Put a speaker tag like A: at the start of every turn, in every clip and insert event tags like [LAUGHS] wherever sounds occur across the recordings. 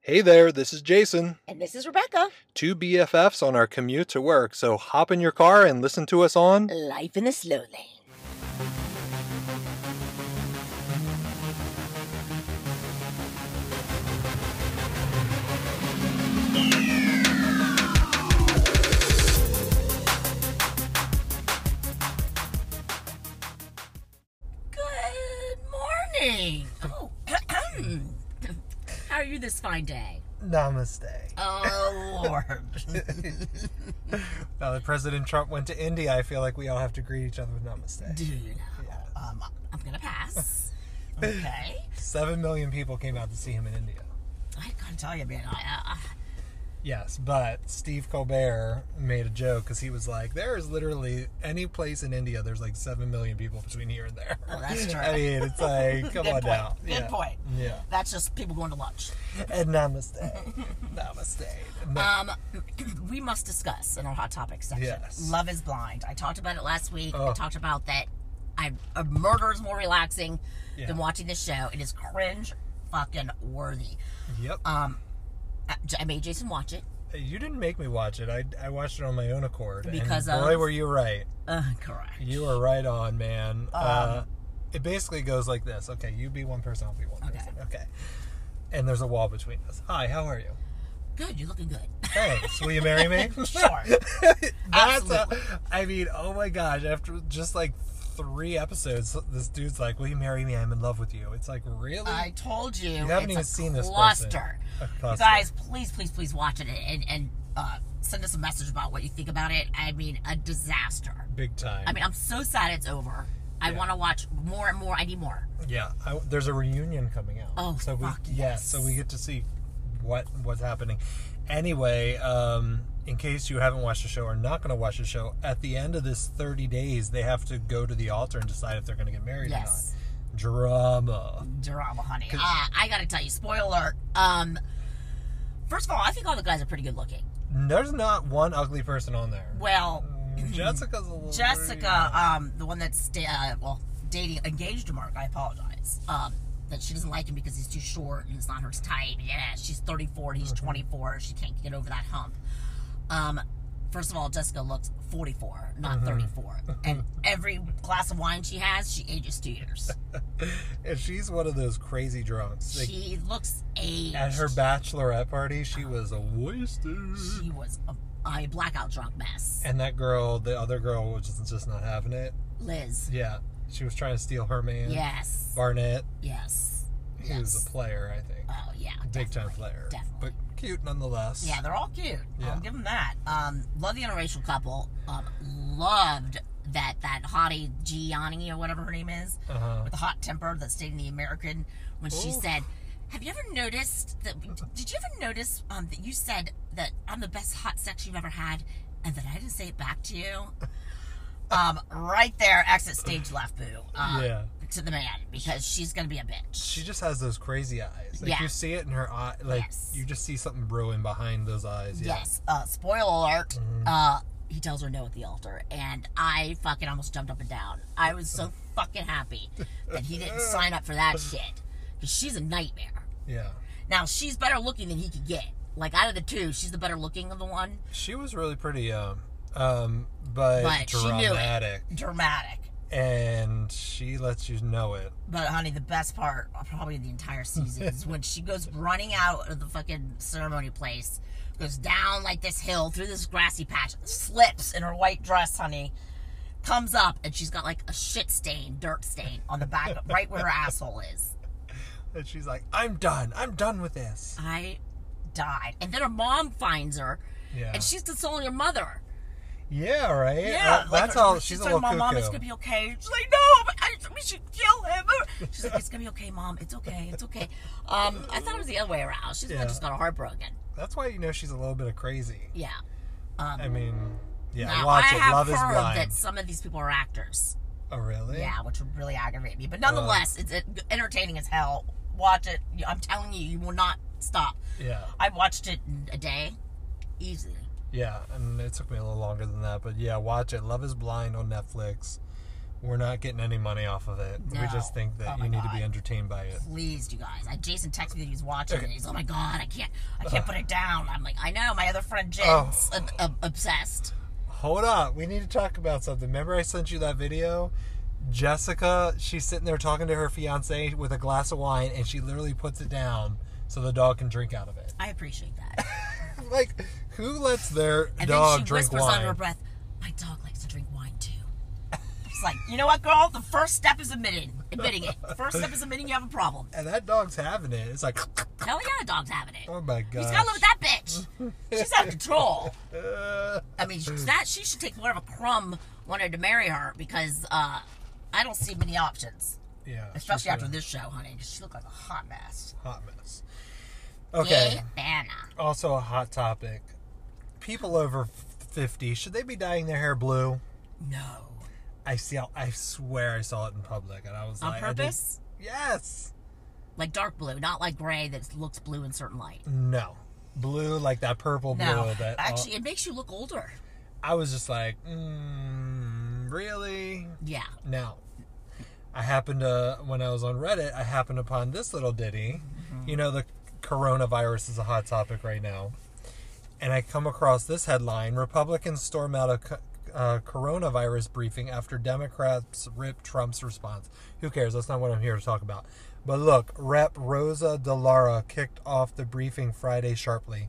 A: Hey there, this is Jason.
B: And this is Rebecca.
A: Two BFFs on our commute to work, so hop in your car and listen to us on.
B: Life in the slow lane.
C: Good morning. Oh, [CLEARS THROAT] how are you this fine day?
A: Namaste.
C: Oh Lord. [LAUGHS]
A: Now that President Trump went to India, I feel like we all have to greet each other with namaste.
C: Do you know? Um, I'm gonna
A: [LAUGHS]
C: pass. Okay.
A: Seven million people came out to see him in India.
C: I gotta tell you, man. I, uh, I,
A: Yes, but Steve Colbert made a joke because he was like, "There is literally any place in India. There's like seven million people between here and there." [LAUGHS]
C: Oh, that's true.
A: I mean, it's
C: [LAUGHS]
A: like, come
C: Good
A: on
C: point.
A: now.
C: Good point.
A: Yeah.
C: that's just people going to lunch.
A: And
C: [LAUGHS]
A: namaste, namaste. No.
C: Um, we must discuss in our hot topic section.
A: Yes.
C: Love is blind. I talked about it last week.
A: Oh.
C: I talked about that. I uh, murder is more relaxing
A: Yeah.
C: than watching the show. It is cringe, fucking worthy.
A: yep.
C: Um, I- I made Jason watch it.
A: You didn't make me watch it. I, I watched it on my own accord.
C: Because
A: and boy,
C: of-
A: were you right.
C: Uh, correct.
A: You were right on, man.
C: Um.
A: uh, it basically goes like this. Okay, you be one person, I'll be one
C: Okay.
A: person. Okay. And there's a wall between us. Hi, how are you?
C: good. You're looking good.
A: Thanks. Will you marry
C: [LAUGHS]
A: me?
C: sure.
A: That's a,
C: Absolutely.
A: I mean, oh my gosh! After just like three episodes, this dude's like, "Will you marry me? I'm in love with you." It's like really.
C: I told you.
A: You haven't
C: it's
A: even
C: a
A: seen this person.
C: cluster.
A: A
C: You
A: cluster.
C: guys, please, please, please watch it and and uh, send us a message about what you think about it. I mean, a disaster.
A: Big time.
C: I mean, I'm so sad it's over. I
A: Yeah.
C: want to watch more and more. I need more.
A: Yeah, I, there's a reunion coming out.
C: Oh,
A: so we
C: fuck
A: yeah,
C: yes.
A: so we get to see what what's happening. Anyway, um, in case you haven't watched the show or not going to watch the show, at the end of this 30 days, they have to go to the altar and decide if they're going to get married or
C: Yes.
A: not. Drama.
C: Drama, honey. Uh, I gotta tell you, spoiler alert. Um, first of all, I think all the guys are pretty good looking.
A: There's not one ugly person on there.
C: Well,
A: Mm, [CLEARS THROAT] Jessica's a little
C: Jessica, um, the one that's uh, well dating engaged to Mark. I apologize. Um, that she doesn't like him because he's too short and it's not her type. Yeah, she's 34 and he's 24. She can't get over that hump. Um, first of all, Jessica looks 44, not
A: Uh-huh.
C: 34, and every glass of wine she has, she ages two years.
A: [LAUGHS] and she's one of those crazy drunks. [LAUGHS] Like,
C: she looks aged.
A: at her bachelorette party, she was a wasted.
C: she was a, a blackout drunk mess.
A: and that girl, the other girl, was just, just not having it.
C: Liz.
A: Yeah, she was trying to steal her man.
C: Yes.
A: Barnett.
C: Yes.
A: He was a
C: Yes.
A: player, I think.
C: Oh yeah.
A: Big time
C: definitely,
A: player.
C: Definitely.
A: But cute nonetheless.
C: Yeah, they're all cute.
A: Yeah.
C: I'll give them that. Um, love the interracial couple. Um, loved that that hottie Gianni or whatever her name is
A: Uh-huh.
C: with the hot temper that stayed in the American when she
A: Oof.
C: said, "Have you ever noticed that? Did you ever notice um, that you said that I'm the best hot sex you've ever had, and that I didn't say it back to you?" um, right there, exit stage left, boo. Uh,
A: Yeah.
C: To the man because she's gonna be a bitch.
A: She just has those crazy eyes. Like
C: Yeah.
A: you see it in her eye like
C: Yes.
A: you just see something brewing behind those eyes. Yeah.
C: Yes. Uh, spoiler alert. Uh, he tells her no at the altar, and I fucking almost jumped up and down. I was so fucking happy that he didn't sign up for that shit. 'Cause she's a nightmare.
A: Yeah.
C: Now she's better looking than he could get. Like out of the two, she's the better looking of the one.
A: She was really pretty um um but,
C: But she knew it.
A: dramatic.
C: Dramatic.
A: And she lets you know it.
C: But honey, the best part, uh, probably the entire season, is when she goes running out of the fucking ceremony place, goes down like this hill through this grassy patch, slips in her white dress, honey, comes up, and she's got like a shit stain, dirt stain on the back, right where her asshole is.
A: And she's like, I'm done. I'm done with this.
C: I died. And then her mom finds her,
A: Yeah.
C: and she's consoling her mother.
A: yeah, right?
C: Yeah,
A: Uh,
C: like,
A: that's all
C: she
A: she's a
C: said,
A: little
C: "My mom, it's
A: cuckoo."
C: gonna be okay." She's like, "No, but I, we should kill him." [LAUGHS] She's like, "It's gonna be okay, mom. It's okay. It's okay." Um, I thought it was the other way around. She's the
A: Yeah.
C: one just got heartbroken.
A: That's why you know she's a little bit of crazy.
C: Yeah.
A: I mean, yeah,
C: Now,
A: watch
C: I
A: it.
C: have
A: Love
C: heard
A: is blind.
C: that some of these people are actors.
A: Oh, really?
C: Yeah, which would really aggravate me. But nonetheless, it's it's entertaining as hell. Watch it. I'm telling you, you will not stop.
A: Yeah.
C: I watched it in a day, easily.
A: Yeah, and it took me a little longer than that, but yeah, watch it. Love is Blind on Netflix. We're not getting any money off of it. We
C: No.
A: just think that
C: Oh my
A: you need to
C: God.
A: be entertained by it.
C: Pleased, you guys. I, Jason texted me that he was watching it. He's, oh my god, I can't,
A: Uh-huh.
C: I can't put it down. I'm like, I know. My other friend Jen's
A: Oh.
C: ob- ob- obsessed.
A: Hold up. We need to talk about something. Remember I sent you that video? Jessica, she's sitting there talking to her fiance with a glass of wine and she literally puts it down so the dog can drink out of it. [LAUGHS]
C: I appreciate that.
A: Like, who lets their
C: And
A: dog
C: then she
A: drink
C: whispers
A: wine?
C: under her breath, "My dog likes to drink wine too." It's like, you know what, girl? The first step is admitting, admitting it. First step is admitting you have a problem.
A: and that dog's having it. It's like, [LAUGHS]
C: Hell yeah, dog's having it.
A: oh my god.
C: He's gotta live with that bitch.
A: [LAUGHS]
C: She's out of control. I mean, she's that she should take more of a crumb wanted to marry her because uh, I don't see many options,
A: Yeah. she's
C: especially after
A: doing
C: this show, honey. 'cause she looked like a hot mess.
A: a hot mess. Okay.
C: Gay Banna.
A: Also a hot topic. People over 50, should they be dyeing their hair blue?
C: No,
A: I see I swear I saw it in public and I was
C: on
A: like I didn't-
C: purpose.
A: Yes.
C: Like dark blue, not like gray that looks blue in certain light.
A: No. Blue, like that purple
C: No,
A: blue. That
C: actually, it makes you look older.
A: I was just like, mm, really?
C: Yeah.
A: Now, I happened to when I was on Reddit, I happened upon this little ditty. You know, the coronavirus is a hot topic right now, and I come across this headline: Republicans storm out a co- uh, coronavirus briefing after Democrats rip Trump's response. Who cares? That's not what I'm here to talk about. But look, Rep. Rosa DeLara kicked off the briefing Friday sharply.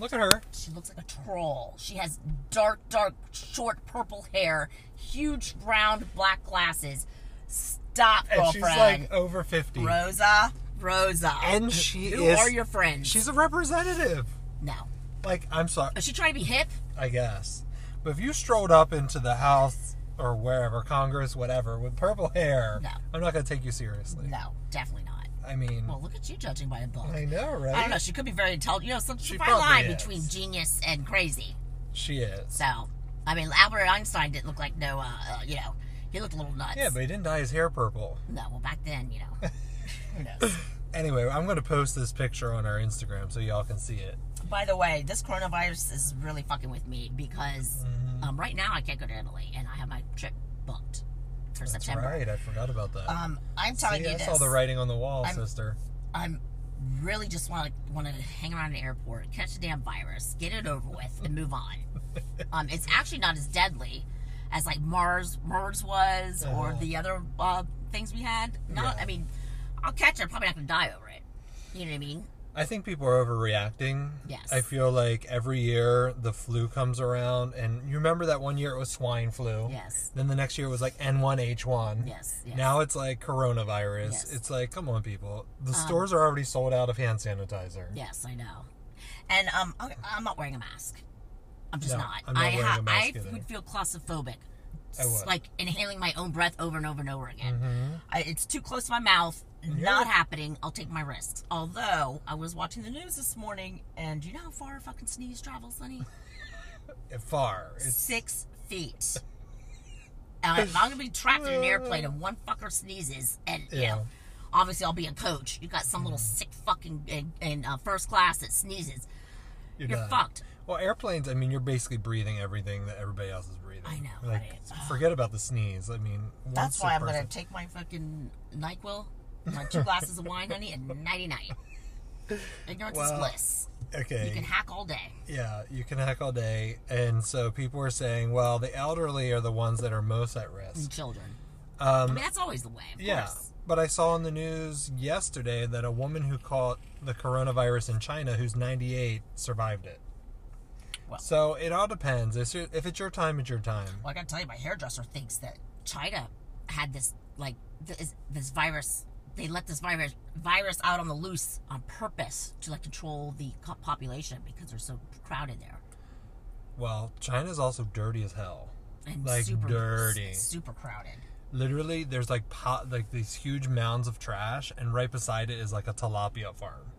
A: Look at her.
C: She looks like a troll. She has dark, dark, short purple hair, huge round black glasses. Stop,
A: And
C: girlfriend.
A: she's like over 50.
C: Rosa, Rosa.
A: And she
C: Who
A: is-
C: are your friends?
A: She's a representative.
C: no.
A: Like, I'm sorry.
C: Is she trying to be hip?
A: I guess. But if you strolled up into the House or wherever, Congress, whatever, with purple hair,
C: No.
A: I'm not going to take you seriously.
C: No, definitely not.
A: I mean,
C: Well, look at you judging by a book.
A: I know, right?
C: I don't know. She could be very intelligent. You know, some
A: She
C: she fine line
A: probably is.
C: between genius and crazy.
A: She is.
C: So, I mean, Albert Einstein didn't look like no, uh, uh, you know, he looked a little nuts.
A: Yeah, but he didn't dye his hair purple.
C: no, well, back then,
A: [LAUGHS]
C: you know, who knows?
A: Anyway, I'm going to post this picture on our Instagram so y'all can see it.
C: By the way, this coronavirus is really fucking with me because
A: Mm-hmm.
C: um, right now I can't go to Italy and I have my trip booked for
A: That's
C: September.
A: right. I forgot about that.
C: Um, I'm telling
A: see,
C: you
A: I
C: this.
A: saw the writing on the wall,
C: I'm-
A: sister.
C: I'm really just want to want to hang around an airport, catch the damn virus, get it over with, and
A: [LAUGHS]
C: move on. um, it's actually not as deadly as like Mars Mars was or
A: Uh-huh.
C: the other uh, things we had. Not,
A: Yeah.
C: I mean, I'll catch it. I'm probably not gonna die over it. You know what I mean?
A: I think people are overreacting.
C: Yes.
A: I feel like every year the flu comes around, and you remember that one year it was swine flu.
C: Yes.
A: Then the next year it was like N1H1.
C: Yes, yes.
A: Now it's like coronavirus.
C: Yes. Um,
A: It's like, come on, people. The stores are already sold out of hand sanitizer.
C: Yes, I know. And um, I- I'm not wearing a mask. I'm just
A: No,
C: not.
A: I'm not
C: I
A: wearing
C: ha-
A: a mask
C: I
A: either.
C: would feel claustrophobic.
A: I would.
C: S-
A: Mm-hmm.
C: Like inhaling my own breath over and over and over again. I, it's too close to my mouth. Not happening. I'll take my risks. Although I was watching the news this morning, and do you know how far a fucking sneeze travels, honey?
A: Far. It's,
C: Six feet. And if I'm gonna be trapped in an airplane and one fucker sneezes, and you
A: Yeah.
C: know, obviously I'll be a coach. You got some little sick fucking in, in uh, first class that sneezes.
A: you're
C: You're
A: done.
C: fucked.
A: Well, airplanes, I mean, you're basically breathing everything that everybody else is breathing.
C: I know,
A: Like,
C: right?
A: forget about the sneeze. I mean, one
C: That's
A: sick
C: why I'm
A: person-
C: gonna take my fucking NyQuil, my two glasses of wine,
A: [LAUGHS]
C: honey, and nighty night. Ignorance
A: Well,
C: is bliss.
A: Okay.
C: You can hack all day.
A: Yeah, you can hack all day. And so people are saying, well, the elderly are the ones that are most at
C: And
A: risk.
C: children.
A: Um,
C: I mean, that's always the way. Of
A: yeah.
C: course.
A: But I saw on the news yesterday that a woman who caught the coronavirus in China, who's 98, survived it.
C: Well.
A: So it all depends. If you- if it's your time, it's your time.
C: Well, I gotta tell you, my hairdresser thinks that China had this like this, this virus. They let this virus virus out on the loose on purpose to like control the co- population because they're so crowded there
A: Well, China's also dirty as hell.
C: and
A: Like
C: super
A: dirty.
C: super crowded.
A: Literally, there's like pot, like these huge mounds of trash, and right beside it is like a tilapia farm,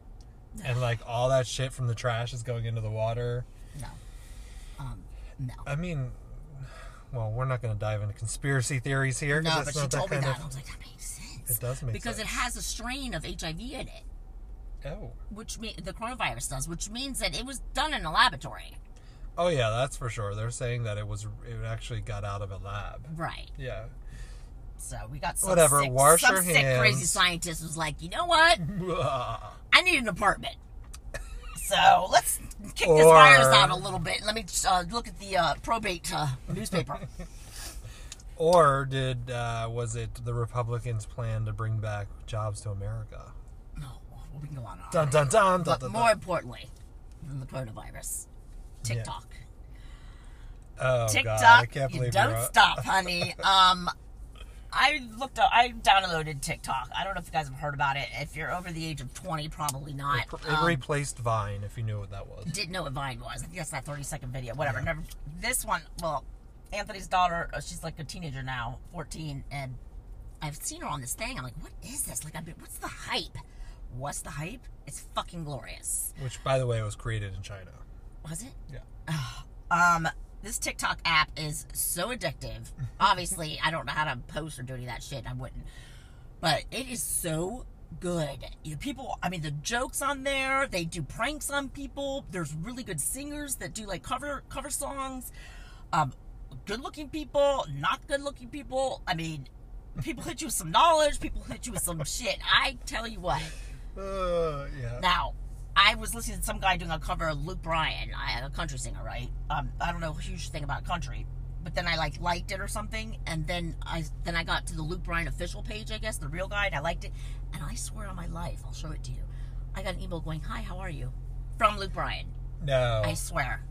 A: and like all that shit from the trash is going into the water.
C: No, um, no.
A: I mean, well, we're not going to dive into conspiracy theories here. 'cause
C: No,
A: that's
C: but she
A: not
C: told me
A: kind
C: that.
A: of-
C: and I was like, that makes sense.
A: It does make
C: because
A: sense.
C: it has a strain of HIV in it,
A: Oh.
C: which me- the coronavirus does, which means that it was done in a laboratory,
A: Oh yeah, [LAUGHS] that's for sure. They're saying that it was it actually got out of a lab.
C: right?
A: Yeah.
C: So we got some
A: Whatever,
C: Sick,
A: wash
C: some
A: your
C: sick crazy
A: hands.
C: scientist was like, you know what? I need
A: [LAUGHS]
C: an apartment. So let's kick this
A: Or-
C: virus out a little bit. Let me uh, look at the uh, probate uh, newspaper.
A: [LAUGHS] Or did uh, was it the Republicans' plan to bring back jobs to America?
C: no, we can go on. and on.
A: Dun dun dun. dun,
C: But
A: dun,
C: more
A: dun.
C: importantly than the coronavirus, TikTok.
A: Oh
C: TikTok,
A: God, I can't
C: you
A: believe uh,
C: don't
A: we're on-
C: stop,
A: [LAUGHS]
C: honey. Um, I looked up. I downloaded TikTok. I don't know if you guys have heard about it. If you're over the age of 20, probably not.
A: It
C: Um,
A: replaced Vine, if you knew what that was.
C: didn't know what Vine was. I think that's that 30 second video. Whatever. Never. This one. Well, Anthony's daughter. uh, She's like a teenager now, 14, and I've seen her on this thing. I'm like, what is this? Like, I've been, what's the hype? What's the hype? It's fucking glorious.
A: Which, by the way, was created in China.
C: Was it?
A: Yeah.
C: Um, this TikTok app is so addictive. Obviously, I don't know how to post or do any of that shit. I wouldn't. But it is so good. You people, I mean, the jokes on there. They do pranks on people. There's really good singers that do like cover cover songs. Um, good looking people, not good looking people. I mean, people hit you with some knowledge. People hit you with some shit. I tell you what.
A: Uh, yeah.
C: Now, I was listening to some guy doing a cover of Luke Bryan, I- a country singer, right? Um, I don't know a huge thing about country, but then I like liked it or something, and then I then I got to the Luke Bryan official page, I guess, the real guy, and I liked it, and I swear on my life, I'll show it to you. I got an email going, "Hi, how are you?" from Luke Bryan.
A: No.
C: I swear,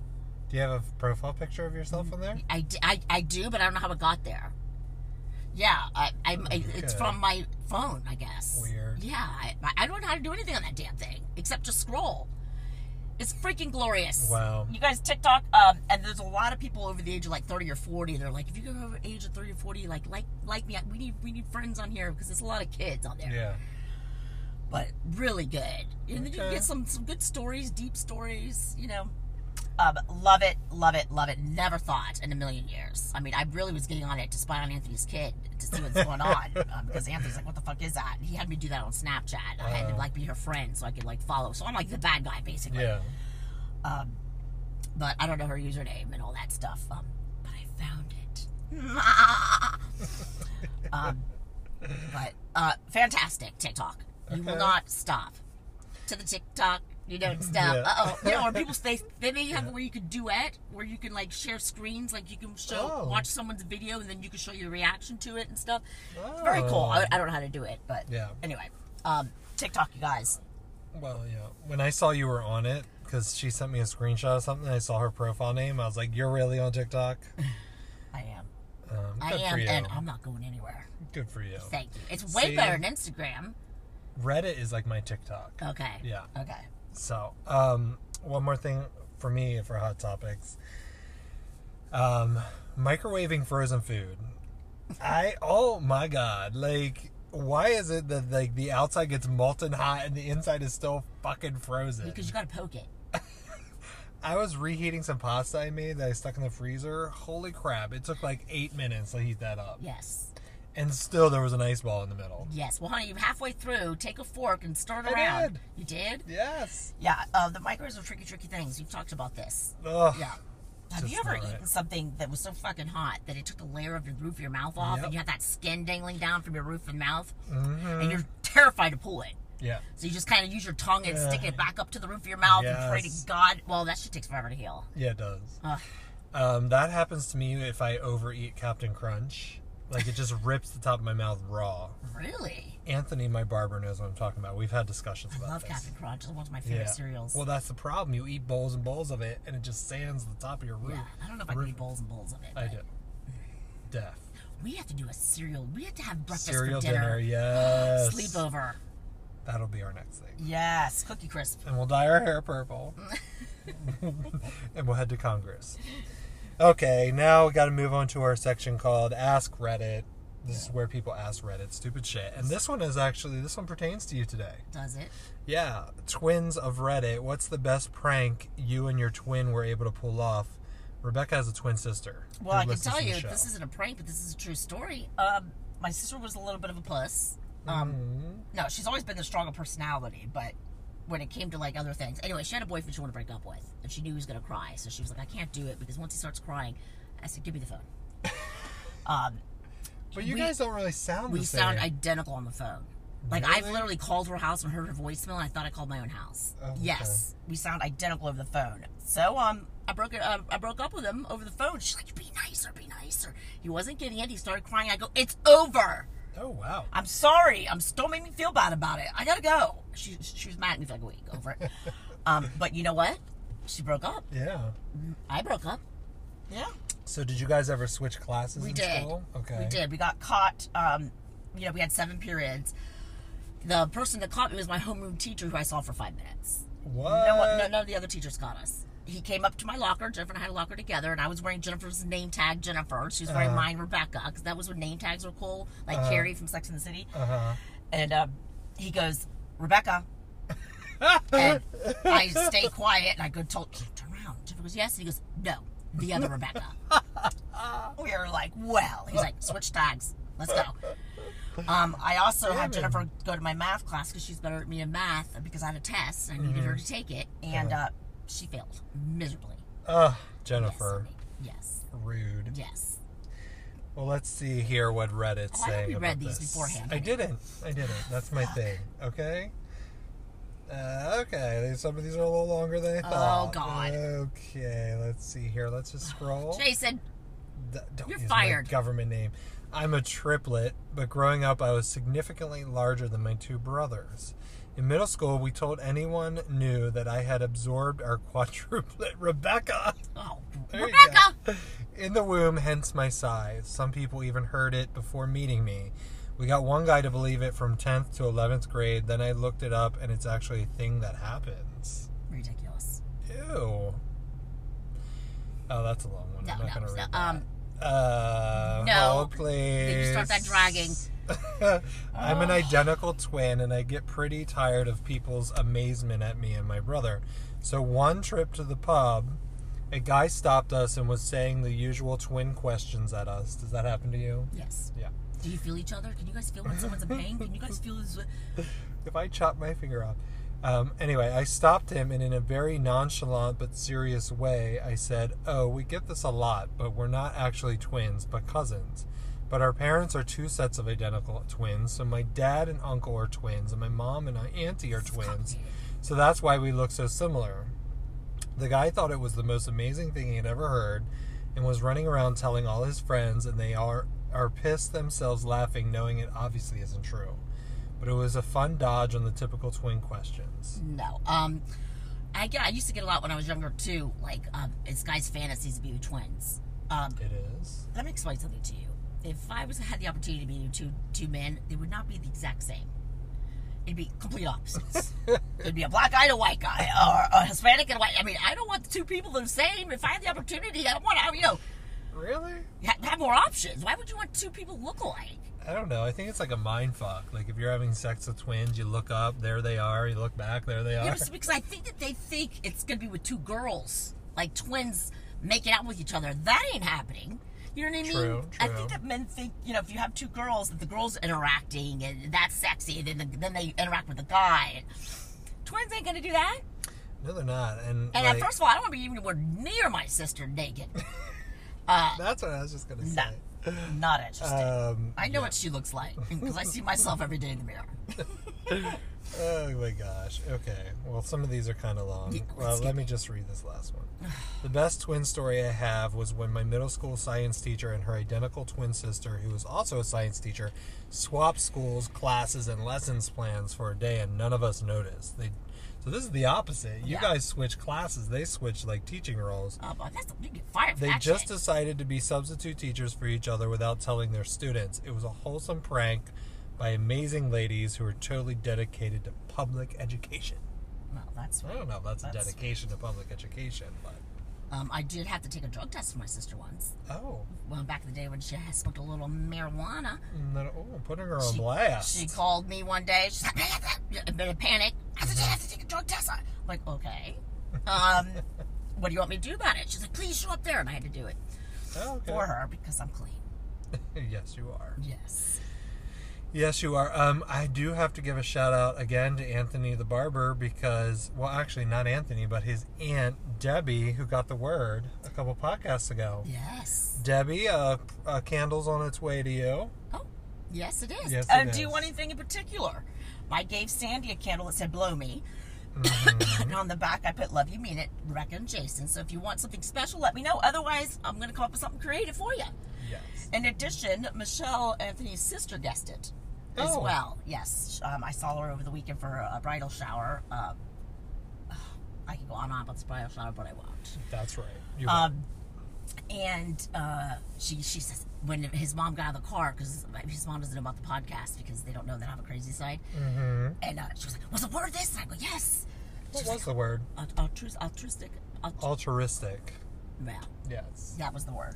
A: Do you have a profile picture of yourself on there?
C: I, d- I- I do, but I don't know how it got there. Yeah, I, I, I- it's
A: Okay.
C: from my phone, I guess.
A: Weird.
C: Yeah, I, I don't know how to do anything on that damn thing except just scroll. It's freaking glorious.
A: Wow.
C: You guys, TikTok, um, and there's a lot of people over the age of like 30 or 40. They're like, if you go over the age of 30 or 40, like, like, like me. We need, we need friends on here because there's a lot of kids on there
A: Yeah.
C: but really good. And then you can
A: Okay.
C: get some some good stories, deep stories, you know. Um, love it, love it, love it. Never thought in a million years. I mean, I really was getting on it to spy on Anthony's kid to see what's going on
A: [LAUGHS]
C: um, because Anthony's like, "What the fuck is that?" And he had me do that on Snapchat. I had to
A: Uh.
C: like be her friend so I could like follow. So I'm like the bad guy basically.
A: Yeah.
C: Um, but I don't know her username and all that stuff. Um, but I found
A: [LAUGHS]
C: it. um, but uh, fantastic TikTok. You will
A: Okay.
C: not stop to the TikTok.
A: [LAUGHS]
C: You don't stop.
A: Yeah.
C: Uh oh. You know,
A: [LAUGHS]
C: or people they then they have where you can duet, where you can like share screens, like you can show
A: Oh.
C: watch someone's video and then you can show your reaction to it and stuff. Very cool. I, I don't know how to do it, but
A: Oh. Yeah.
C: anyway, um, TikTok, you guys.
A: Well, yeah. When I saw you were on it, because she sent me a screenshot of something, I saw her profile name. I was like, "You're really on TikTok."
C: I am.
A: Um,
C: I
A: good for
C: am,
A: you.
C: and I'm not going anywhere.
A: Good for you.
C: Thank you. It's way
A: See?
C: better than Instagram.
A: Reddit is like my TikTok.
C: Okay.
A: Yeah.
C: Okay.
A: So, um, one more thing for me for hot topics. Um, microwaving frozen food. I oh my god, like why is it that like the outside gets molten hot and the inside is still fucking frozen?
C: Because you gotta poke it.
A: I was reheating some pasta I made that I stuck in the freezer. Holy crap, it took like 8 minutes to heat that up.
C: Yes.
A: And still there was an ice ball in the middle.
C: Yes. Well, honey, you're halfway through. Take a fork and stir it
A: I
C: around.
A: did.
C: You did?
A: Yes.
C: Yeah. Uh, the microwaves are tricky, tricky things. You've talked about this.
A: Ugh.
C: Yeah. Have
A: Just
C: you ever
A: not
C: eaten
A: right.
C: something that was so fucking hot that it took the layer of the roof of your mouth
A: Yep.
C: off
A: Mm-hmm.
C: and you had that skin dangling down from your roof and mouth? And you're terrified to pull it.
A: Yeah.
C: So you just kind of use your tongue and stick it back up to the roof of your mouth and pray to
A: Yes.
C: God. Well, that shit takes forever to heal.
A: Yeah, it does.
C: Ugh.
A: Um, that happens to me if I overeat Captain Crunch. Like it just rips the top of my mouth raw.
C: Really?
A: Anthony, my barber, knows what I'm talking about. We've had discussions
C: I
A: about
C: love
A: this.
C: Captain Crunch. It's one of my favorite cereals.
A: Well, that's the problem. You eat bowls and bowls of it, and it just sands the top of your roof.
C: yeah. I don't know if I can eat bowls and bowls of it.
A: I
C: but-
A: do. Death.
C: We have to do a cereal. We have to have breakfast
A: Cereal
C: for dinner.
A: dinner.
C: [GASPS]
A: Yes.
C: Sleepover.
A: That'll be our next thing.
C: Yes. Cookie crisp.
A: and we'll dye our hair
C: [LAUGHS]
A: purple and we'll head to congress okay now we got to move on to our section called ask reddit this is where people ask reddit stupid shit and this one is actually this one pertains to you today
C: Does it?
A: yeah twins of reddit what's the best prank you and your twin were able to pull off rebecca has a twin sister who
C: Well, I can
A: listens
C: tell
A: to the
C: you,
A: show.
C: this isn't a prank, but this is a true story. Um, my sister was a little bit of a puss. Um, no, she's always been the stronger personality, but when it came to like other things, anyway, she had a boyfriend she wanted to break up with, and she knew he was gonna cry, so she was like, "I can't do it because once he starts crying," I said, "Give me the phone." um,
A: But you
C: we-
A: guys don't really sound the
C: we
A: same.
C: sound identical on the phone. Like I've
A: Really?
C: literally called her house and heard her voicemail, and I thought I called my own house.
A: Oh, okay.
C: Yes, we sound identical over the phone. So um, I broke it. Uh, I broke up with him over the phone. She's like, "Be nicer, be nicer." He wasn't getting it. He started crying. I go, "It's over.
A: oh wow.
C: I'm sorry. I'm don't make me feel bad about it. I gotta go." She she was mad at me for like a week over
A: [LAUGHS]
C: it. um, but you know what? She broke up.
A: Yeah.
C: I broke up. Yeah.
A: So did you guys ever switch classes
C: We
A: in
C: did.
A: school? Okay.
C: We did. We got caught. Um, you know, we had seven periods. The person that caught me was my homeroom teacher, who I saw for five minutes.
A: What?
C: No, one, no, none of the other teachers caught us. He came up to my locker. Jennifer and I had a locker together, and I was wearing Jennifer's name tag, Jennifer. She was wearing
A: Uh-huh.
C: mine, Rebecca, because that was when name tags were cool, like Carrie from Sex and the City.
A: Uh-huh.
C: And um, he goes, Rebecca. and
A: [LAUGHS]
C: I stay quiet and I go, tell, turn around. Jennifer goes, yes. And he goes, no, the other
A: [LAUGHS]
C: Rebecca. we were like, well. He's like, switch tags. Let's go. Um, I also had Jennifer go to my math class because she's better at me in math because I had a test and I needed
A: Mm-hmm.
C: her to take it. And uh, she failed miserably.
A: Ugh,
C: Yes,
A: Jennifer.
C: Yes.
A: Rude.
C: Yes.
A: Well, let's see here what Reddit's
C: Oh, I hope
A: saying
C: you
A: about
C: read these
A: this.
C: beforehand.
A: I didn't. I didn't. That's my thing. Okay. Uh, okay. they- Some of these are a little longer than I thought.
C: Oh, God.
A: Okay. Let's see here. Let's just scroll.
C: Jason,
A: Th- don't
C: You're
A: use my
C: fired.
A: government name. I'm a triplet, but growing up, I was significantly larger than my two brothers. In middle school, we told anyone knew that I had absorbed our [LAUGHS] quadruplet Rebecca
C: oh,
A: There you
C: Rebecca.
A: go. in the womb, hence my size. Some people even heard it before meeting me. We got one guy to believe it from 10th to 11th grade. Then I looked it up, and it's actually a thing that happens.
C: Ridiculous.
A: Ew. Oh, that's a long one.
C: No,
A: I'm not
C: no,
A: going to read
C: no,
A: that.
C: um,
A: Uh,
C: No.
A: hold, please.
C: you start that dragging.
A: [LAUGHS] I'm an identical twin, and I get pretty tired of people's amazement at me and my brother. So one trip to the pub, a guy stopped us and was saying the usual twin questions at us. Does that happen to you?
C: Yes.
A: Yeah.
C: Do you feel each other? Can you guys feel when someone's in pain? Can you guys feel this?
A: If I chop my finger off. Um, anyway, I stopped him, and in a very nonchalant but serious way, I said, Oh, we get this a lot, but we're not actually twins, but cousins. But our parents are two sets of identical twins, so my dad and uncle are twins, and my mom and auntie are twins. So that's why we look so similar. The guy thought it was the most amazing thing he had ever heard and was running around telling all his friends, and they are, are pissed themselves laughing, knowing it obviously isn't true. But it was a fun dodge on the typical twin questions.
C: No. Um, I get. I used to get a lot when I was younger too. Like, um, it's guys' fantasies to be with twins. Um,
A: It is.
C: let me explain something to you. If I was had the opportunity to be with two two men, they would not be the exact same. It'd be complete opposites. It'd be a black guy and a white guy, or a Hispanic and a white. I mean, I don't want the two people the same. If I had the opportunity, I don't want to. You know,
A: Really?
C: ha- have more options. Why would you want two people look alike?
A: I don't know. I think it's like a mind fuck. Like if you're having sex with twins, you look up, there they are. You look back, there they
C: Yeah,
A: are.
C: but it's because I think that they think it's gonna be with two girls, like twins making out with each other. That ain't happening. You know what I mean?
A: True,
C: I
A: true.
C: think that men think, you know, if you have two girls, that the girls interacting and that's sexy, and then the, then they interact with the guy. Twins ain't gonna do that.
A: No, they're not. And,
C: And
A: like,
C: uh, first of all, I don't want to be anywhere near my
A: [LAUGHS]
C: sister naked.
A: that's what I was just gonna say.
C: no, not interested.
A: Um,
C: I know what she looks like [LAUGHS] because I see myself every day in the mirror.
A: Oh my gosh. Okay. Well, some of these are kind of long. well, let me just read this last one. the best twin story I have was when my middle school science teacher and her identical twin sister, who was also a science teacher, swapped schools, classes, and lessons plans for a day, and none of us noticed. They, so this is the opposite. You
C: Yeah.
A: guys switch classes. They switch like teaching roles.
C: Oh, boy, that's you get fired. For
A: They
C: that
A: just
C: shit.
A: decided to be substitute teachers for each other without telling their students. It was a wholesome prank by amazing ladies who were totally dedicated to public education.
C: well, that's
A: I don't know if that's, a
C: That's-
A: dedication to public education, but
C: Um, I did have to take a drug test for my sister once.
A: oh,
C: Well, back in the day when she had smoked a little marijuana,
A: no, oh, putting her on
C: she,
A: blast.
C: she called me one day. She's like, a bit of panic. I said, "Yeah, I have to take a drug test. I'm like, okay.
A: [LAUGHS]
C: Um, what do you want me to do about it? She's like, please show up there. And I had to do it
A: oh, okay.
C: for her because I'm clean.
A: yes, you are.
C: Yes.
A: Yes, you are. Um, I do have to give a shout out again to Anthony the barber because, well, actually, not Anthony, but his aunt Debbie, who got the word a couple podcasts ago.
C: Yes.
A: Debbie, uh, uh, candles on its way to you.
C: Oh, yes, it is.
A: Yes,
C: Uh,
A: it
C: Do you
A: is.
C: want anything in particular? I gave Sandy a candle that said "Blow Me,"
A: Mm-hmm.
C: and [LAUGHS] on the back I put "Love You Mean It," Rebecca and Jason. So if you want something special, let me know. Otherwise, I'm going to come up with something creative for you.
A: Yes.
C: In addition, Michelle Anthony's sister guessed it as
A: Oh.
C: well. Yes, um, I saw her over the weekend for a, a bridal shower. Uh, I could go on and on about this bridal shower, but I won't.
A: That's right. You are.
C: Um, and uh, she she says when his mom got out of the car because his mom doesn't know about the podcast because they don't know that I have a crazy side. And uh, she was like, "Was the word this?" And I go, "Yes."
A: what was the word?
C: Alt- altruis- altruistic. Alt-
A: Altruistic.
C: well,
A: Yes.
C: that was the word.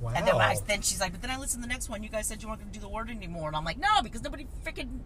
A: Wow.
C: And then, I, then she's like, but then I listened to the next one. You guys said you weren't going to do the word anymore. And I'm like, no, because nobody freaking,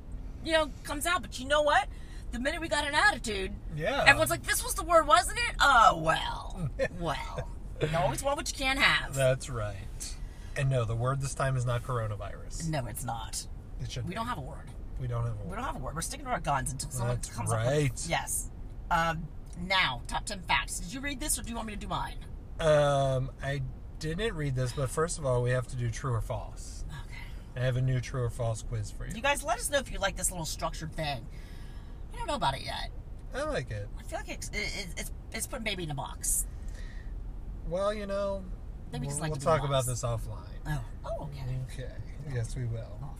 C: you know, comes out. But you know what? The minute we got an attitude,
A: Yeah.
C: everyone's like, this was the word, wasn't it? Oh,
A: [LAUGHS]
C: well. well. You always want what you can't have.
A: That's right. And no, the word this time is not coronavirus.
C: no, it's not.
A: It should.
C: We don't have a word.
A: We don't have a
C: We
A: word.
C: don't have a word. We're sticking to our guns until someone
A: That's
C: comes up
A: right.
C: with Yes. Um, now, top 10 facts. Did you read this or do you want me to do mine?
A: Um, I didn't read this, but first of all, we have to do true or false.
C: Okay.
A: I have a new true or false quiz for you.
C: You guys, let us know if you like this little structured thing. I don't know about it yet.
A: I like it.
C: I feel like it's it, it's it's putting baby in a box.
A: Well, you know,
C: Then we
A: we'll,
C: just like
A: we'll
C: to do
A: talk
C: lots.
A: about this offline.
C: Oh, oh, okay.
A: Okay. Yes, we will.
C: Offline.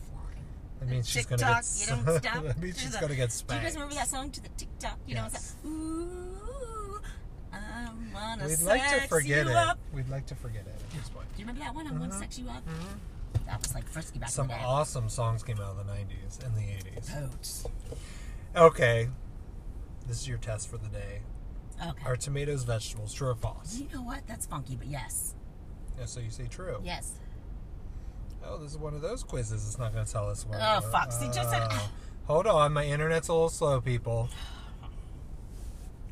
A: That means she's gonna
C: TikTok,
A: get. [LAUGHS]
C: you don't stop.
A: that means
C: Do
A: she's
C: the-
A: gonna get
C: Do you
A: spanked.
C: guys remember that song to the TikTok? You know,
A: Yes.
C: it's like ooh, I wanna
A: We'd
C: sex
A: like to forget
C: you
A: it.
C: up.
A: We'd like to forget it at this point.
C: Do you remember that one? I wanna sex you up. That was like frisky back
A: Mm-hmm. Some
C: in the day.
A: awesome songs came out of the '90s and the '80s.
C: Totes.
A: Okay, this is your test for the day.
C: Okay.
A: Are tomatoes vegetables? True or false?
C: you know what? That's funky, but yes,
A: Yeah, so you say true.
C: yes.
A: Oh, this is one of those quizzes. It's not going to tell us what.
C: Oh, Foxy just said- [LAUGHS]
A: Oh. Hold on, my internet's a little slow, people.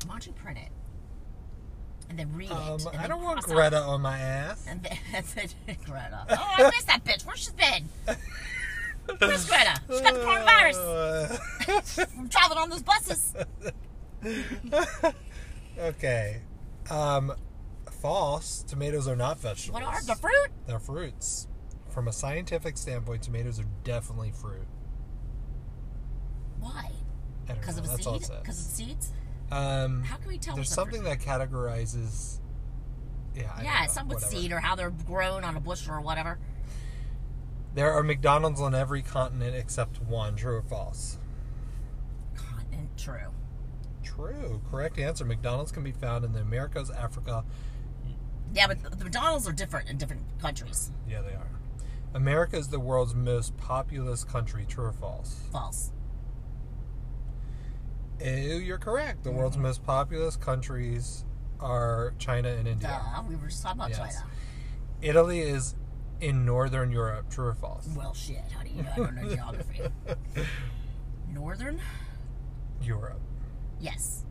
C: Why don't you print it and then read
A: Um,
C: it? and
A: I
C: then
A: don't want
C: cross out-
A: Greta on my ass.
C: And then, and then Greta. Oh, I miss that bitch. Where's she been? [LAUGHS] Where's Greta? She's got the coronavirus.
A: Uh,
C: I'm traveling on those buses.
A: [LAUGHS] okay. Um, false. Tomatoes are not vegetables.
C: What are the fruit?
A: They're fruits. From a scientific standpoint, tomatoes are definitely fruit.
C: Why?
A: I don't
C: Because
A: know.
C: of a
A: That's all it
C: seed? Because of
A: says.
C: seeds?
A: Um,
C: How can we tell?
A: there's
C: what's a fruit?
A: something that categorizes. Yeah. I
C: yeah,
A: don't know.
C: some with
A: Whatever.
C: seed or how they're grown on a bush or whatever.
A: There are McDonald's on every continent except one. True or false?
C: Continent, true.
A: True. Correct answer. McDonald's can be found in the Americas, Africa.
C: Yeah, but the- the McDonald's are different in different countries.
A: Yeah, they are. America is the world's most populous country. True or false?
C: False.
A: Ew, you're correct. The world's
C: Mm-hmm.
A: most populous countries are China and
C: Duh.
A: India.
C: We were just talking about
A: Yes.
C: China.
A: Italy is in northern Europe. True or false?
C: [LAUGHS] Well, shit. How do you know? I don't know geography.
A: [LAUGHS]
C: Northern?
A: Europe.
C: Yes.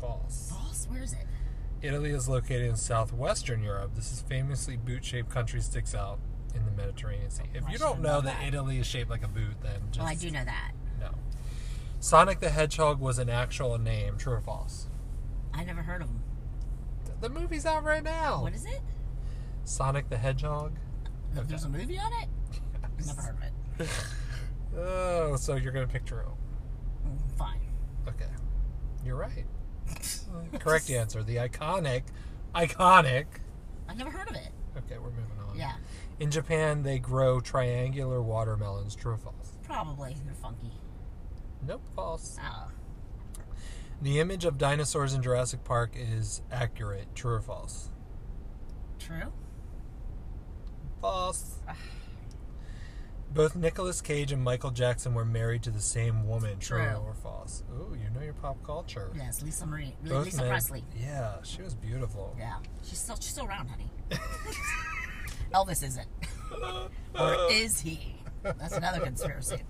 A: False.
C: False? Where is it?
A: Italy is located in southwestern Europe. This is famously boot-shaped country sticks out in the Mediterranean Sea. If
C: I
A: you
C: should
A: don't know
C: know
A: that
C: that.
A: Italy is shaped like a boot, then just
C: Well, Oh, I do know that.
A: no. Sonic the Hedgehog was an actual name. True or false?
C: I never heard of them.
A: Th- The movie's out right now.
C: What is it?
A: Sonic the Hedgehog?
C: There's a movie on it? Never heard of it.
A: [LAUGHS] Oh, so you're gonna pick True?
C: Mm, Fine.
A: Okay, you're
C: [LAUGHS]
A: right. Correct answer. The iconic, iconic.
C: I've never heard of it.
A: Okay, we're moving on.
C: Yeah,
A: In Japan, they grow triangular watermelons. True or false?
C: probably. They're funky.
A: Nope, false.
C: Oh,
A: The image of dinosaurs in Jurassic Park is accurate. True or false?
C: true?
A: False.
C: [SIGHS]
A: Both Nicolas Cage and Michael Jackson were married to the same woman. True,
C: True.
A: or false? Ooh, you know your pop culture.
C: Yes, Lisa Marie.
A: Both
C: Lisa
A: men-
C: Presley.
A: Yeah, she was beautiful. [LAUGHS]
C: Yeah. She's still, she's still around, honey. Elvis isn't.
A: Uh.
C: or is he? That's another conspiracy.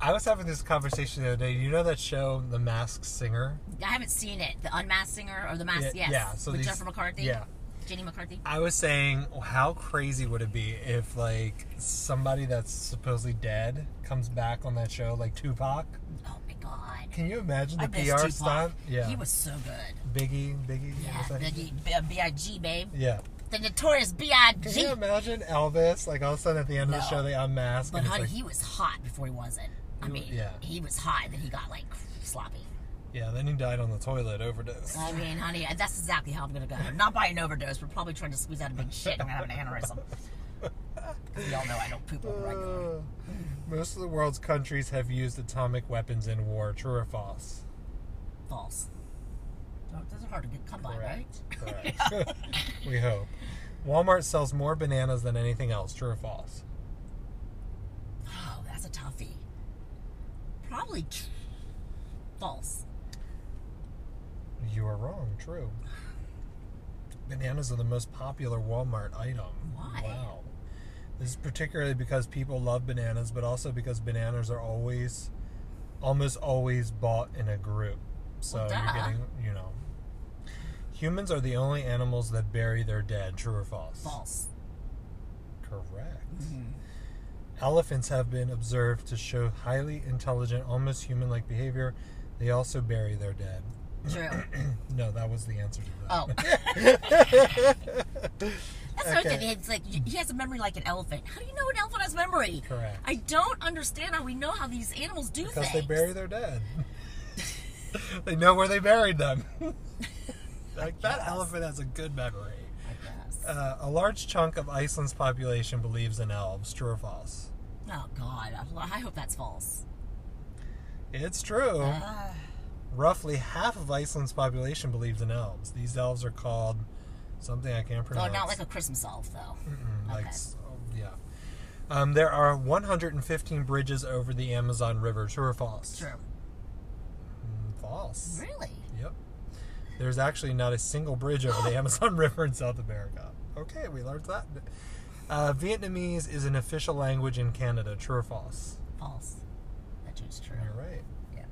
A: I was having this conversation the other day. You know that show, The Masked Singer?
C: I haven't seen it. The Unmasked Singer or The Masked, yes.
A: Yeah. So
C: With
A: these-
C: Jennifer McCarthy?
A: Yeah.
C: Jenny McCarthy.
A: I was saying, how crazy would it be if like somebody that's supposedly dead comes back on that show, like Tupac?
C: Oh my god.
A: Can you imagine the
C: I miss
A: PR
C: Tupac.
A: stunt? Yeah,
C: He was so good.
A: Biggie, Biggie,
C: Yeah,
A: what's that?
C: Biggie, B- B.I.G. babe.
A: Yeah.
C: The notorious
A: Can
C: B.I.G.
A: you imagine Elvis? Like all of a sudden at the end of the
C: No.
A: show, they unmask.
C: But
A: and it's
C: honey,
A: like,
C: he was hot before he wasn't. I mean,
A: yeah.
C: he was hot, then he got like sloppy.
A: yeah, then he died on the toilet overdose.
C: I mean, honey, uh, that's exactly how I'm gonna go. Not by an overdose, but probably trying to squeeze out a big shit. I'm gonna have an aneurysm. 'Cause We all know I don't poop on regular.
A: Uh, [SIGHS] most of the world's countries have used atomic weapons in war. True or false?
C: False. Don't- Those are hard to get come by, right?
A: Correct. [LAUGHS] we hope. Walmart sells more bananas than anything else. True or false?
C: Oh, that's a toughie. Probably tr- false.
A: You are wrong. True. Bananas are the most popular Walmart item.
C: Why?
A: Wow. This is particularly because people love bananas, but also because bananas are always, almost always bought in a group. So
C: Well,
A: you're
C: duh.
A: getting, you know. Humans are the only animals that bury their dead. True or false?
C: False.
A: Correct. Elephants have been observed to show highly intelligent, almost human like behavior. They also bury their dead. [CLEARS THROAT]
C: True.
A: No, that was the answer to that.
C: Oh. [LAUGHS] That's what
A: Okay.
C: I think. It's like he has a memory like an elephant. How do you know an elephant has memory?
A: Correct.
C: I don't understand how we know how these animals do
A: Because they
C: things.
A: bury their dead. [LAUGHS] they know where they buried them. [LAUGHS] like, that elephant has a good memory.
C: I guess.
A: Uh, a large chunk of Iceland's population believes in elves. True or false?
C: Oh God, I- I hope that's false.
A: It's true.
C: Uh,
A: Roughly half of Iceland's population believes in elves. These elves are called something I can't
C: oh,
A: pronounce.
C: not like a Christmas elf though.
A: like
C: Okay.
A: s- oh, yeah. Um, there are 115 bridges over the Amazon River. True or false?
C: True.
A: Mm, False.
C: Really?
A: Yep. There's actually not a single bridge over
C: [LAUGHS]
A: the Amazon River in South America. Okay, we learned that. Uh, Vietnamese is an official language in Canada. True or false?
C: False. That is true.
A: You're right.
C: Yeah.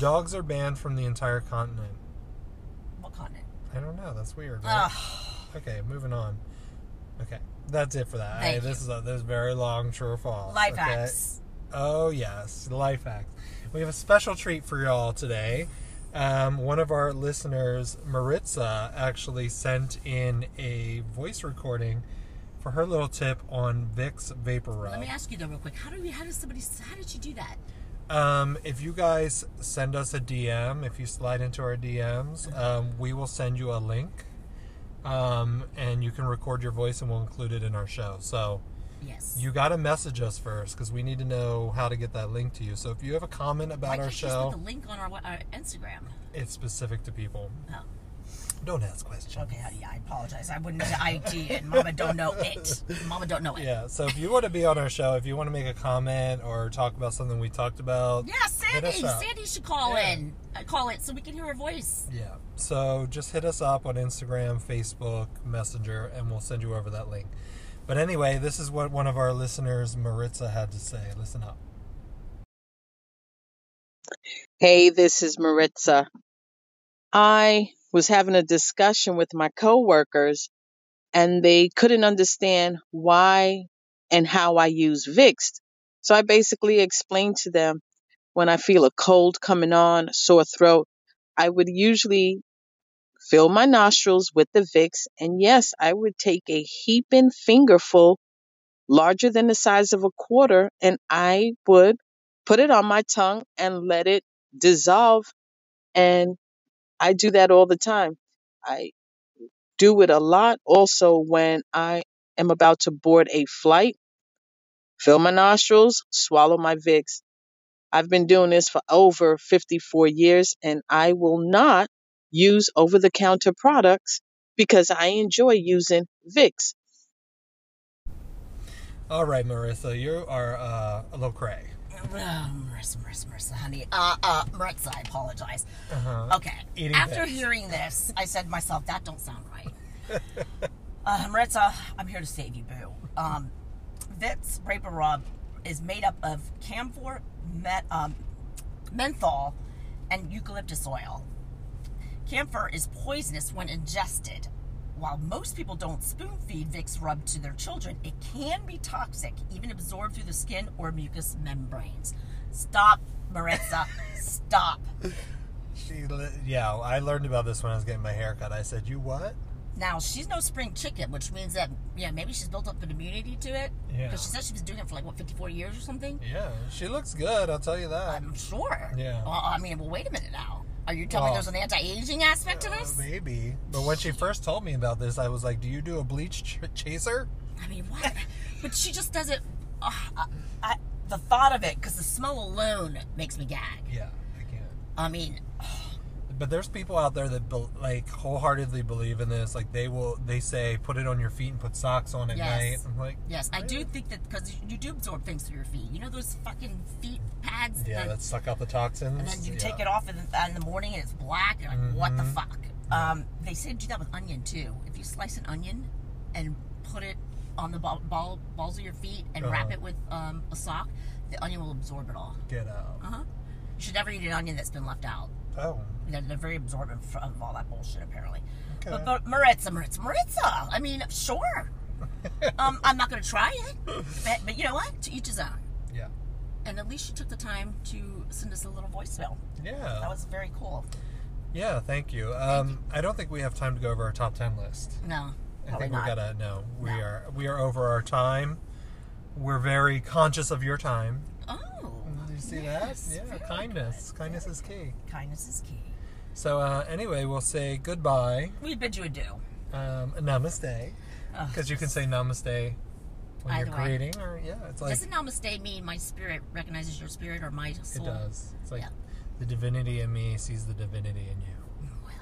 A: Dogs are banned from the entire continent.
C: What continent?
A: I don't know. That's weird. Right?
C: Ugh.
A: Okay, moving on. Okay, that's it for that.
C: Thank
A: Hey, this is a this is very long. True or false?
C: life
A: okay?
C: hacks.
A: Oh yes, life hacks. We have a special treat for y'all today. Um, one of our listeners, Maritza, actually sent in a voice recording for her little tip on Vicks Vapor
C: Let
A: Rub.
C: me ask you though, real quick. How do we? How does somebody? How did you do that?
A: Um, if you guys send us a DM, if you slide into our
C: Mm-hmm.
A: DMs, um, we will send you a link, um, and you can record your voice, and we'll include it in our show. So
C: Yes.
A: you got to message us first because we need to know how to get that link to you. So if you have a comment
C: Why
A: about
C: can't
A: our
C: you just put
A: show,
C: the link on our, we- our Instagram?
A: it's specific to people.
C: Oh.
A: Don't ask questions.
C: Okay, honey, I apologize. I wouldn't to IT and Mama don't know it. Mama don't know it.
A: Yeah. So if you want to be on our show, if you want to make a comment or talk about something we talked about,
C: Yeah,
A: hit
C: Sandy.
A: us up.
C: Sandy should call
A: Yeah.
C: in. Uh, Call it so we can hear her voice.
A: Yeah. So just hit us up on Instagram, Facebook, Messenger, and we'll send you over that link. But anyway, this is what one of our listeners, Maritza, had to say. Listen up.
D: Hey, this is Maritza. I was having a discussion with my coworkers and they couldn't understand why and how I use Vicks. So I basically explained to them when I feel a cold coming on, sore throat, I would usually fill my nostrils with the Vicks and yes, I would take a heaping fingerful larger than the size of a quarter and I would put it on my tongue and let it dissolve and i do that all the time i do it a lot also when i am about to board a flight fill my nostrils swallow my vicks i've been doing this for over 54 years and i will not use over the counter products because i enjoy using vicks
A: All right, Maritza, you are uh, a little cray.
C: Oh, Marissa, Marissa, Marissa, honey. Uh, uh, Marissa, I apologize.
A: Uh-huh.
C: Okay.
A: Eating
C: After
A: Vicks.
C: hearing this, I said to myself, that don't sound right.
A: [LAUGHS]
C: uh, Maritza, I'm here to save you, boo. Um, Vicks Vapor Rub is made up of camphor, met, um, menthol, and eucalyptus oil. Camphor is poisonous when ingested. While most people don't spoon feed Vicks Rub to their children, it can be toxic, even absorbed through the skin or mucous membranes. Stop, Maritza. Stop.
A: She, li- yeah, I learned about this when I was getting my hair cut. I said, "You what?"
C: Now she's no spring chicken, which means that yeah, maybe she's built up an immunity to it.
A: Yeah.
C: Because she said she was doing it for like what 54 years or something.
A: Yeah, she looks good. I'll tell you that.
C: I'm sure.
A: Yeah.
C: Well, I mean, well, wait a minute now. Are you telling me
A: Well-
C: there's an anti-aging aspect to
A: Uh,
C: this?
A: maybe, but when she first told me about this, I was like, "Do you do a bleach ch- chaser?"
C: I mean,
A: Eh.
C: what? but she just does it. Uh, I, I, the thought of it, because the smell alone makes me gag.
A: Yeah, I can't.
C: I mean,
A: But there's people out there that bel like wholeheartedly believe in this. Like they will, they say, "Put it on your feet and put socks on at
C: Yes.
A: night." I'm like,
C: yes, I do think that because you do absorb things through your feet. You know those fucking feet pads?
A: yeah,
C: that-
A: that suck out the toxins.
C: and then you
A: Yeah. Mm-hmm.
C: take it off in the, in the morning and it's black. And you're like, what the fuck? Um, they say to do that with onion too. If you slice an onion and put it on the ball, ball, balls of your feet and wrap
A: Uh-huh.
C: it with um, a sock, the onion will absorb it all.
A: Get out.
C: Uh-huh. You should never eat an onion that's been left out.
A: Oh,
C: They're, they're very absorbent f- of all that bullshit, apparently.
A: Okay.
C: But, but Maritza, Maritza, Maritza. I mean,
A: [LAUGHS]
C: sure. um, I'm not going to try it. But, but you know what? To each his own.
A: yeah,
C: And at least she took the time to send us a little voicemail.
A: yeah,
C: That was very cool.
A: yeah. Thank you. Um, I don't think we have time to go over our top ten list.
C: No,
A: I
C: probably
A: think
C: not.
A: we gotta no. We
C: No.
A: are we are over our time. We're very conscious of your time.
C: Oh,
A: Did [LAUGHS] you see
C: yes,
A: that? Yeah,
C: very
A: kindness. Kindness is key.
C: good. Kindness is key.
A: So uh, anyway, we'll say goodbye.
C: We bid you adieu.
A: Um, namaste.
C: Ugh.
A: Because you can say namaste when
C: Oh, Either
A: you're
C: way.
A: greeting, or yeah, it's like
C: Doesn't namaste mean my spirit recognizes your spirit or my
A: it
C: soul?
A: does. It's like
C: Yeah.
A: the divinity in me sees the divinity in you.
C: Well,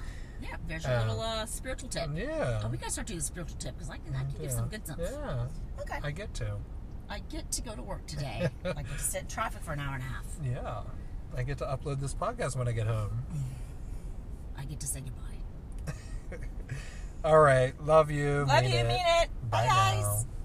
C: yeah, there's your
A: Uh,
C: little uh, spiritual tip.
A: And yeah.
C: Oh, we gotta start doing the spiritual tip because I can, I can give some good stuff.
A: Yeah,
C: Okay.
A: I get to.
C: I get to go to work [LAUGHS] today. I get to sit in traffic for an hour and a half.
A: Yeah, I get to upload this podcast when I get home.
C: I get to say goodbye.
A: All right, love you.
C: Love you, mean it.
A: Bye,
C: Bye, guys.
A: now.